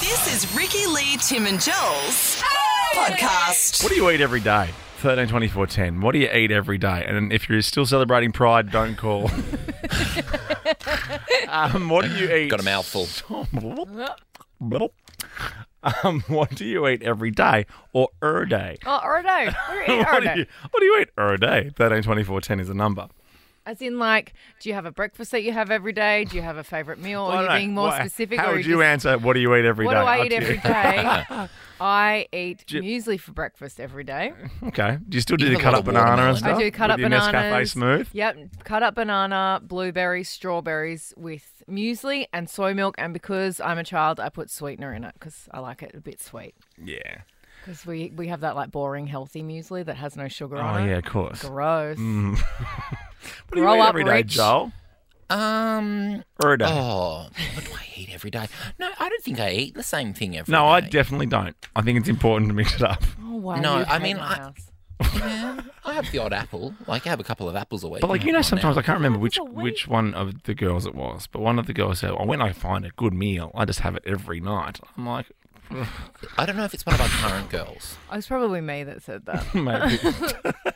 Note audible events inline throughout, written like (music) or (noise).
This is Ricky Lee, Tim and Joel's podcast. What do you eat every day? 13, 24, 10. What do you eat every day? And if you're still celebrating Pride, don't (laughs) call. um, what do you eat? Got a mouthful. (laughs) Um, what do you eat every day or er day? Oh, (laughs) Erdo. We're eating What, do Erdo. you, what do you eat er day? 13, 24, 10 is a number. As in, like, do you have a breakfast that you have every day? Do you have a favourite meal? Well, I Or are you don't know. Oh, being more Why- specific? How or are would you you just- answer? What do you eat every day? What do I Up eat to you. every (laughs) day? I eat muesli for breakfast every day. Okay. Do you still do Eat the a cut lot up of banana and watermelon. stuff? I do cut with up your bananas. Nescafe smooth. Yep, cut up banana, blueberries, strawberries with muesli and soy milk. And because I'm a child, I put sweetener in it because I like it a bit sweet. Yeah. Because we, we have that like boring healthy muesli that has no sugar Oh on it. yeah, Mm. of course. What Gross. do you Grow eat up, every day, Rich. Joel? Um. Er day. Oh, what do I eat every day? No, I don't think I eat the same thing every day. No, I definitely don't. I think it's important to mix it (laughs) up. Oh, wow. No, you I hate mean, my I- house. Yeah, I have the odd apple. Like I have a couple of apples a week. But like you know, Right sometimes I can't remember which Once a week. which one of the girls it was, but one of the girls said, "Well, when I find a good meal, I just have it every night." I'm like, now. I don't know if it's one of our current girls. It was probably me that said (laughs) that. maybe.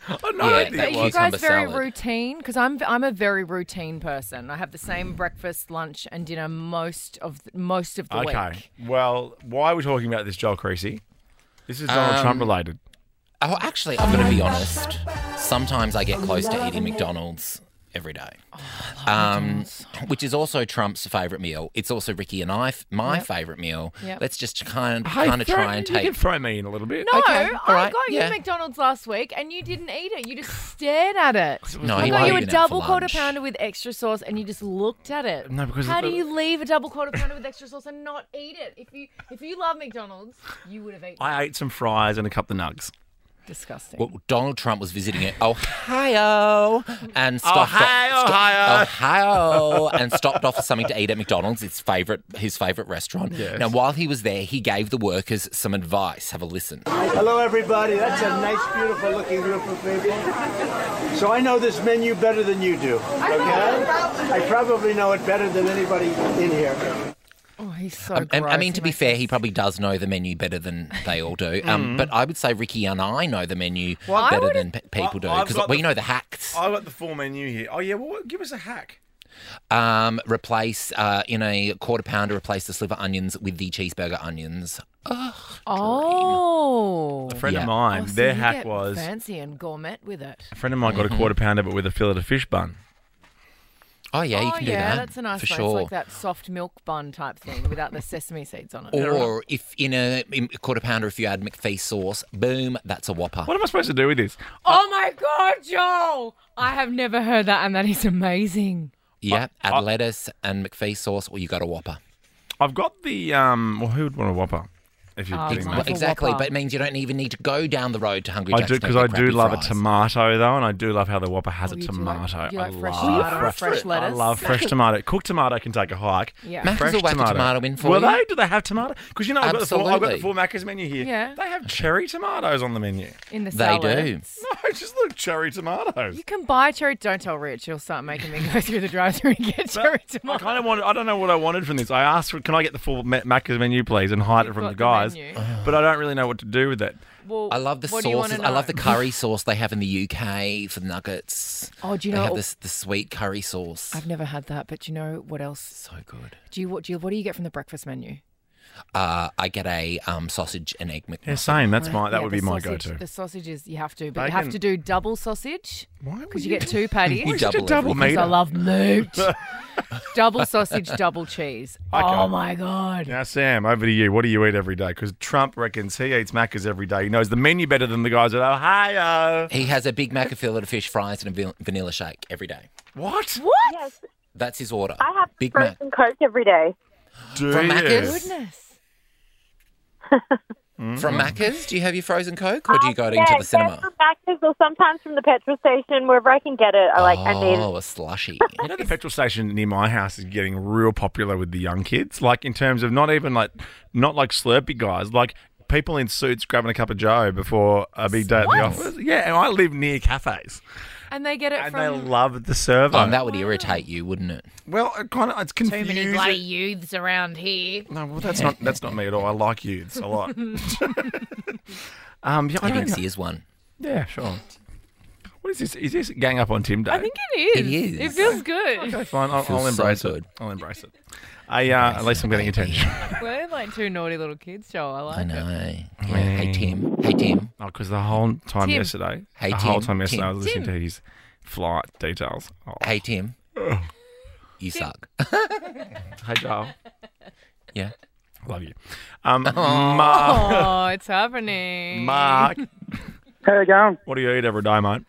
(laughs) oh no, I Yeah, think that it Are was you was. guys number very salad. routine? Because I'm I'm a very routine person. I have the Mm. same breakfast, lunch, and dinner most of the, most of the Okay. week. Well, why are we talking about this, Joel Creasy? This is Donald Um, Trump related. Oh, actually, I'm going to be honest. Sometimes I get close to eating McDonald's every day. Um, which is also Trump's favorite meal. It's also Ricky and I f- my favorite meal. Yep. Let's just kind Hey, kind of throw- try and You can take. throw me in a little bit. No, Okay, all I right, got yeah. you McDonald's last week, and you didn't eat it. You just stared (laughs) at it. No, I you got won't you a eat it for double quarter lunch. pounder with extra sauce, and you just looked at it. No, because how the- do you leave a double quarter (laughs) pounder with extra sauce and not eat it? If you if you love McDonald's, you would have eaten. I ate some fries and a couple of nugs. Disgusting. Well, Donald Trump was visiting it, Ohio, and stopped Ohio, off, Ohio. Ohio, and stopped off for something to eat at McDonald's, its favorite, his favorite restaurant. Now, while he was there, he gave the workers some advice. Have a listen. Hello, everybody. That's a nice, beautiful looking group of people. So I know this menu better than you do. Okay? I probably know it better than anybody in here. oh, he's so. And, I gross. mean, to be makes fair, me he probably does know the menu better than they all do. Um, But I would say Ricky and I know the menu Mm. I better would- than pe- people do Well, I've because got we the- know the hacks. I got the full menu here. Oh yeah, well, give us a hack. Um, replace uh, in a quarter pounder, replace the sliver onions with the cheeseburger onions. Oh. A friend Yeah. of mine, Oh, so their you hack get Mm-hmm. was fancy and gourmet with it. a friend of mine got a quarter pounder but with a fillet of fish bun. Oh yeah, you oh can do yeah, that. that's a nice for one. sure. It's like that soft milk bun type thing without the sesame seeds on it. Or if in a, in a quarter pounder, if you add McPhee sauce, boom, that's a whopper. What am I supposed to do with this? oh my god, Joel! I have never heard that, and that is amazing. Uh, Yeah, add lettuce and McPhee sauce, or you got a whopper. I've got the um. Well, who would want a Whopper? If you're Oh, kidding me, Love a exactly, Whopper. but it means you don't even need to go down the road to Hungry I Jack's. do to because get I do crappy love fries. a tomato though, and I do love how the Whopper has Oh, a you do like- tomato. you I like fresh love tomato or fresh I lettuce? love fresh tomato. Cooked tomato can take a hike. Yeah. Macca's fresh will whack a tomato in for Will you. they? Do they have tomato? Because you know I've got, the full, I've got the full Absolutely. Macca's menu here. Yeah. They have cherry tomatoes on the menu. (laughs) In the They salad. do. No, just look cherry tomatoes. You can buy cherry. Don't tell Rich; he'll start making me go (laughs) through the drive-through and get (laughs) cherry I tomatoes. kind of wanted. I don't know what I wanted from this. I asked, for, "Can I get the full Ma- Macca's menu, please?" and hide it from the You've guys. got the Oh. but I don't really know what to do with it. Well, I love the what do you wanna sauces. I love the know? curry sauce they have in the UK for the nuggets. Oh, do you They know- have this the sweet curry sauce. I've never had that, but you know what else? so good. Do you what do you what do you get from the breakfast menu? Uh, I get a um, sausage and egg McMuffin. Yeah, same. That's my. That Yeah, would the be my sausage- go-to. The sausages you have to, but you Bacon. have to do double sausage Why would because you get two patties. You Why is it double double everything. meat? Because I love meat. (laughs) double sausage, double cheese. Oh my god. Now, Sam, over to you. What do you eat every day? Because Trump reckons he eats Macca's every day. He knows the menu better than the guys at Ohio. He has a Big Mac, a fillet of fish fries, and a vil- vanilla shake every day. What? Yes, That's his order. I have Big Mac. frozen Coke every day. Do From you? Macca's? Goodness. From Mm-hmm. Macca's, do you have your frozen Coke or do you go to, yeah, into the Oh, yeah, cinema? From Macca's or sometimes from the petrol station, wherever I can get it. I like. I need it. Oh, a slushy. You know, the petrol station near my house is getting real popular with the young kids. Like, in terms of not even like, not like slurpy guys, like people in suits grabbing a cup of Joe before a big day at the office. Yeah, and I live near cafes. And they get it and they from. love the server. Oh, that would irritate you, wouldn't it? well, it kind of it's Too confusing. many bloody youths around here. no, well, that's not that's not me at all. I like youths a (laughs) lot. um, yeah, I He don't thinks know. he is one. yeah, sure. What is this? Is this gang up on Tim Day? I think it is. It is. It feels good. Okay, fine. I'll, feels I'll so embrace it. good. I'll embrace it. I, uh, at least I'm getting attention. (laughs) We're like two naughty little kids, Joel. I like I know. it. Yeah. Mm. Hey Tim. Hey Tim. (laughs) Oh, because the whole time Tim. yesterday, Hey, the whole Tim. time yesterday, I was listening Tim. to his flight details. Oh, Hey Tim. You suck. (laughs) hey, Joel, yeah. (laughs) love you. (laughs) Um, Mark, Oh, it's happening. Mark, How you going? what do you eat every day, mate?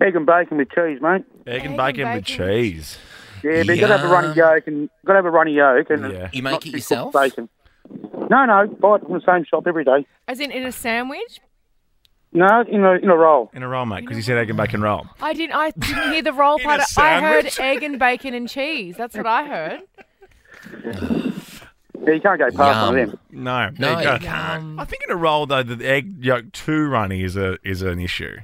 Egg and bacon with cheese, mate. Egg and and bacon, bacon. with cheese. Yeah, but you gotta have a runny Yum. yolk and gotta have a runny yolk and Yeah. You make not it too cooked yourself? Bacon. No, no, buy it from the same shop every day. As in, in a sandwich? No, in a in a roll. In a roll, mate, because he said egg and bacon roll. I didn't. I didn't hear the roll (laughs) In part. a of- I heard sandwich? egg and bacon and cheese. That's what I heard. Yeah, you can't go past one of Yum. them. No, there No, you go. you can't. I think in a roll though, the egg yolk too runny is a is an issue.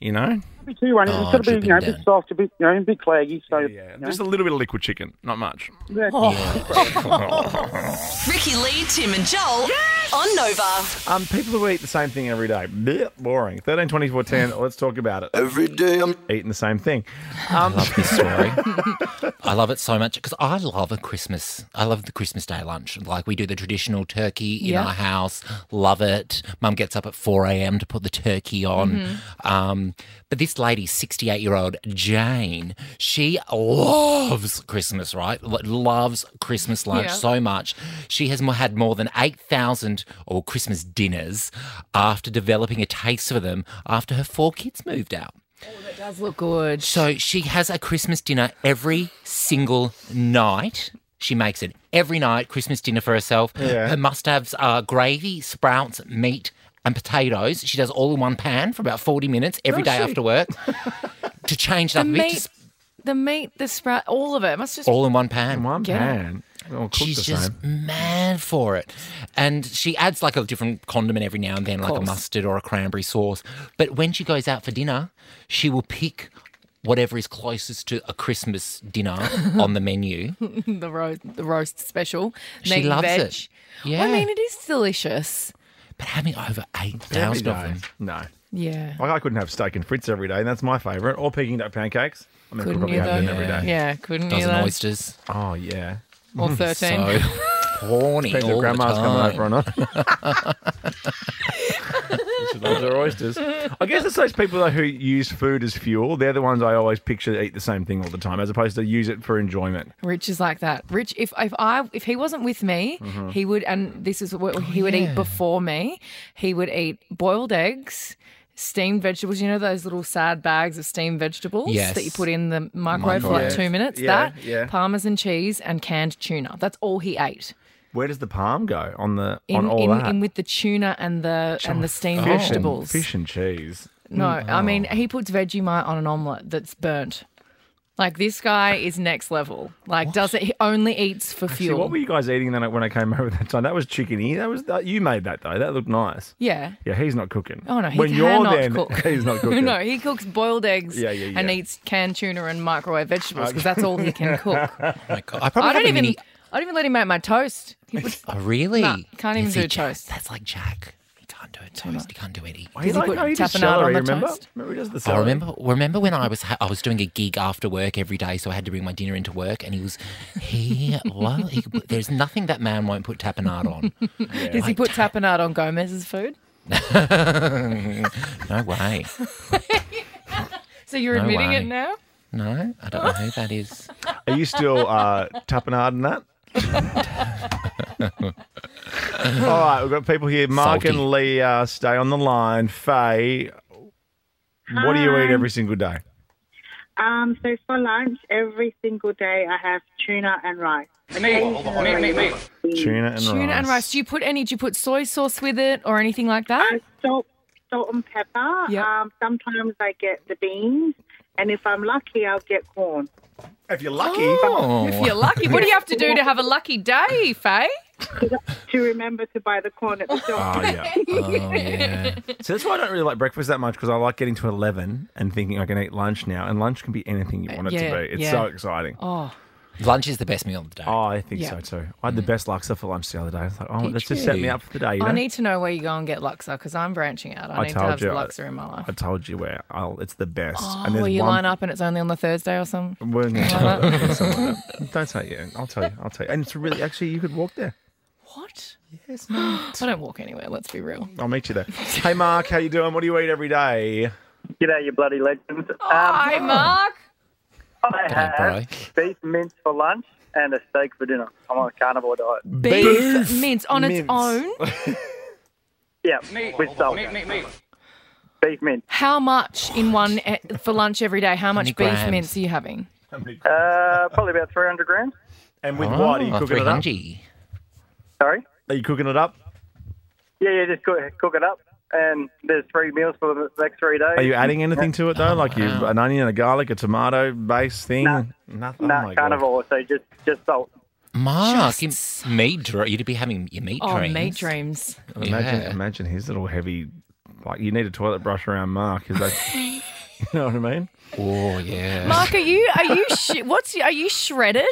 You know, Be two runnies. Oh, It's gotta be you know a dripping bit down. soft, a bit you know a bit claggy. So yeah, you know, just a little bit of liquid chicken, not much. yeah. Ricky Lee, Tim and Joel on Nova. Um, people who eat the same thing every day, Blech, boring. 13, 20, 14, let's talk about it. Every day I'm Eating the same thing. Um, I love this story. (laughs) I love it so much because I love a Christmas. I love the Christmas Day lunch. Like we do the traditional turkey in Yeah. our house. Love it. Mum gets up at four a.m. to put the turkey on. Mm-hmm. Um, but this lady, sixty-eight-year-old Jane, she loves Christmas. Right, Lo- loves Christmas lunch Yeah. so much. She has mo- had more than eight thousand or Christmas dinners after developing a taste for them after her four kids moved out. It does look good. So she has a Christmas dinner every single night. She makes it every night, Christmas dinner for herself. Yeah. Her must haves are gravy, sprouts, meat, and potatoes. She does all in one pan for about 40 minutes every day after (laughs) work to change it The up a bit. meat, Just the meat, the sprout, all of it. It must just. all in one pan. One Get it. pan. Well, cooked She's the just same. mad for it. And she adds like a different condiment every now and then, like a course. mustard or a cranberry sauce. But when she goes out for dinner, she will pick whatever is closest to a Christmas dinner (laughs) on the menu. the roast, the roast special. She meat and loves veg. it. Yeah. I mean, it is delicious. but having over Every 8,000 of day. them. No. Yeah. Like I couldn't have steak and frits every day, and that's my favourite. Or Peking duck pancakes. I mean, I could Couldn't probably either. have them every day. Yeah, couldn't Dozen either. oysters. Oh yeah. (laughs) Or thirteen. So (laughs) horny. Depends if all grandma's the time. coming over or (laughs) not. she loves her oysters. I guess it's those people though who use food as fuel. They're the ones I always picture eat the same thing all the time, as opposed to use it for enjoyment. Rich is like that. Rich, if if I if he wasn't with me, Mm-hmm. he would, and this is what he would eat before me. He would eat boiled eggs, steamed vegetables. You know those little sad bags of steamed vegetables Yes. that you put in the microwave for like Microwave. two minutes. Yeah, that yeah. parmesan cheese and canned tuna. That's all he ate. Where does the palm go on the on In, all in, that? in with the tuna and the and the steamed Fish and- vegetables. fish and cheese. No, I Mm. mean Oh. he puts Vegemite on an omelette that's burnt. Like this guy is next level. Like does it? He only eats for See, fuel. what were you guys eating then when I came over that time? That was chickeny. That was that, you made that though. That looked nice. yeah. Yeah, he's not cooking. Oh no, he when cannot you're then, cook. (laughs) he's not cooking. (laughs) no, he cooks boiled eggs Yeah, yeah, Uh, and yeah. eats canned tuna and microwave vegetables because that's all he (laughs) can cook. Oh my God. I probably I have don't a even. mini- I don't even let him make my toast. He would, Oh, really? Nah, can't even You see, do Jack- toast. That's like Jack. He can't do a toast. He can't do any. He's he like, put no, he just tapenade celery, on the remember? toast? Remember, he does the I celery. remember. Remember when I was ha- I was doing a gig after work every day, so I had to bring my dinner into work, and he was (laughs) he. well, he, could put- there's nothing that man won't put tapenade on. does he put tapenade on Gomez's food? No way. So you're No admitting it way. now? No, I don't know who (laughs) that is. Are you still uh, tapenade in that? All right, we've got people here. Mark Salty. and Leah, uh, stay on the line. Faye, what do you eat every single day? Um, so for lunch, every single day I have tuna and rice. Tuna and rice. Tuna and rice. Do you put any? Do you put soy sauce with it or anything like that? Salt, salt and pepper. Yep. Um, sometimes I get the beans, and if I'm lucky, I'll get corn. If you're lucky. Oh, If you're lucky, what do you have to do to have a lucky day, Faye? to remember to buy the corn at the shop. Oh, yeah. Oh, yeah. So that's why I don't really like breakfast that much because I like getting to 11 and thinking I can eat lunch now. And lunch can be anything you want it Uh, yeah, to be. It's yeah. so exciting. Oh, Lunch is the best meal of the day. I think Yeah. Mm. so too. I had the best laksa for lunch the other day. I was like, oh, that's just set me you? up for the day. You know? I need to know where you go and get Luxor because I'm branching out. I, I need to told have you, I- Luxor in my life. I told you where I'll, it's the best. Oh, will you line up and it's only on the Thursday or something? We're gonna talk (laughs) about it. Something like that. Don't say yeah. I'll tell you. I'll tell you. And it's really actually you could walk there. What? Um, Yes, mate. (gasps) I don't walk anywhere. Let's be real. I'll meet you there. Hey, Mark, how you doing? What do you eat every day? G'day, you bloody legends. Um, Hi, Mark. I Hey, bro. have beef mince for lunch and a steak for dinner. I'm on a carnivore diet. Beef, mince on its mince. own. Yeah, with salt. Beef mince. How much in one eh, for lunch every day? How much many beef grams? mince are you having? Uh, probably about 300 grams. And with what are you Oh, cooking it up? 300. Sorry? Are you cooking it up? Yeah, yeah, just cook, cook it up. And there's three meals for the next three days. Are you adding anything to it though? Like you an onion, a garlic, a tomato base thing? No. Nothing. Nah, oh my God. carnivore, so just, just salt. Mark, you- meat dr- you'd be having your meat Oh, dreams. (laughs) meat dreams. Imagine, Yeah. imagine his little heavy. Like you need a toilet brush around Mark. Is (laughs) that? you know what I mean? Oh, yeah. Mark, are you are you sh- what's are you shredded?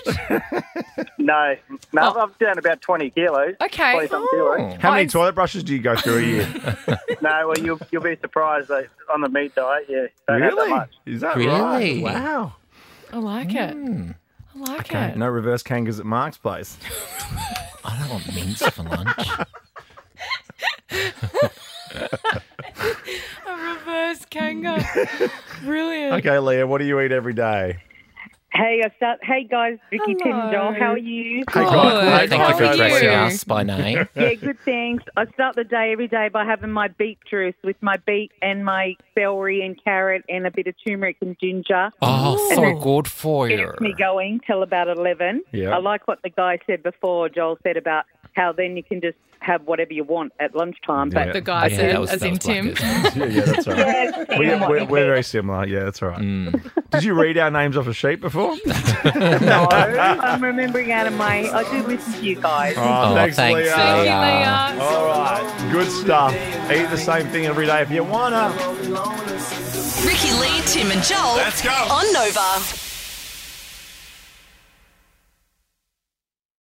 No, no, Oh. I'm down about 20 kilos. Okay. 20 something kilos. How many I've- toilet brushes do you go through a (laughs) year? No, well, you'll, you'll be surprised that on the meat diet, yeah. Don't have that really? much. Is that right? Really? Wow. I like it. I like Hmm. Okay, it. no reverse kangas at Mark's place. I don't want mince for lunch. A reverse kangaroo. (laughs) Brilliant. Okay, Leah, what do you eat every day? Hey, I start. Hey guys, Vicky Hello. Tim and Joel, how are you? Hey, Good. guys. Hey, Thank how you for are addressing you? us by name. (laughs) Yeah, good. Thanks. I start the day every day by having my beet juice with my beet and my celery and carrot and a bit of turmeric and ginger. Oh, so good for you. Gets me going till about eleven. Yeah. I like what the guy said before. Joel said about how then you can just have whatever you want at lunchtime. But Yeah. The guy said, as in black, Tim. isn't it? (laughs) Yeah, yeah, that's all (laughs) right. We, Yeah, we're, what- we're very similar. Yeah, that's all right. Did you read our names off a sheet before? no, I'm remembering out of my. I do listen to you guys. (laughs) Oh, thanks, thanks, Leah. Thank you, Leah. Leah. All right, good stuff. Eat the same thing every day if you wanna. Ricky Lee, Tim and Joel. Let's go. On Nova.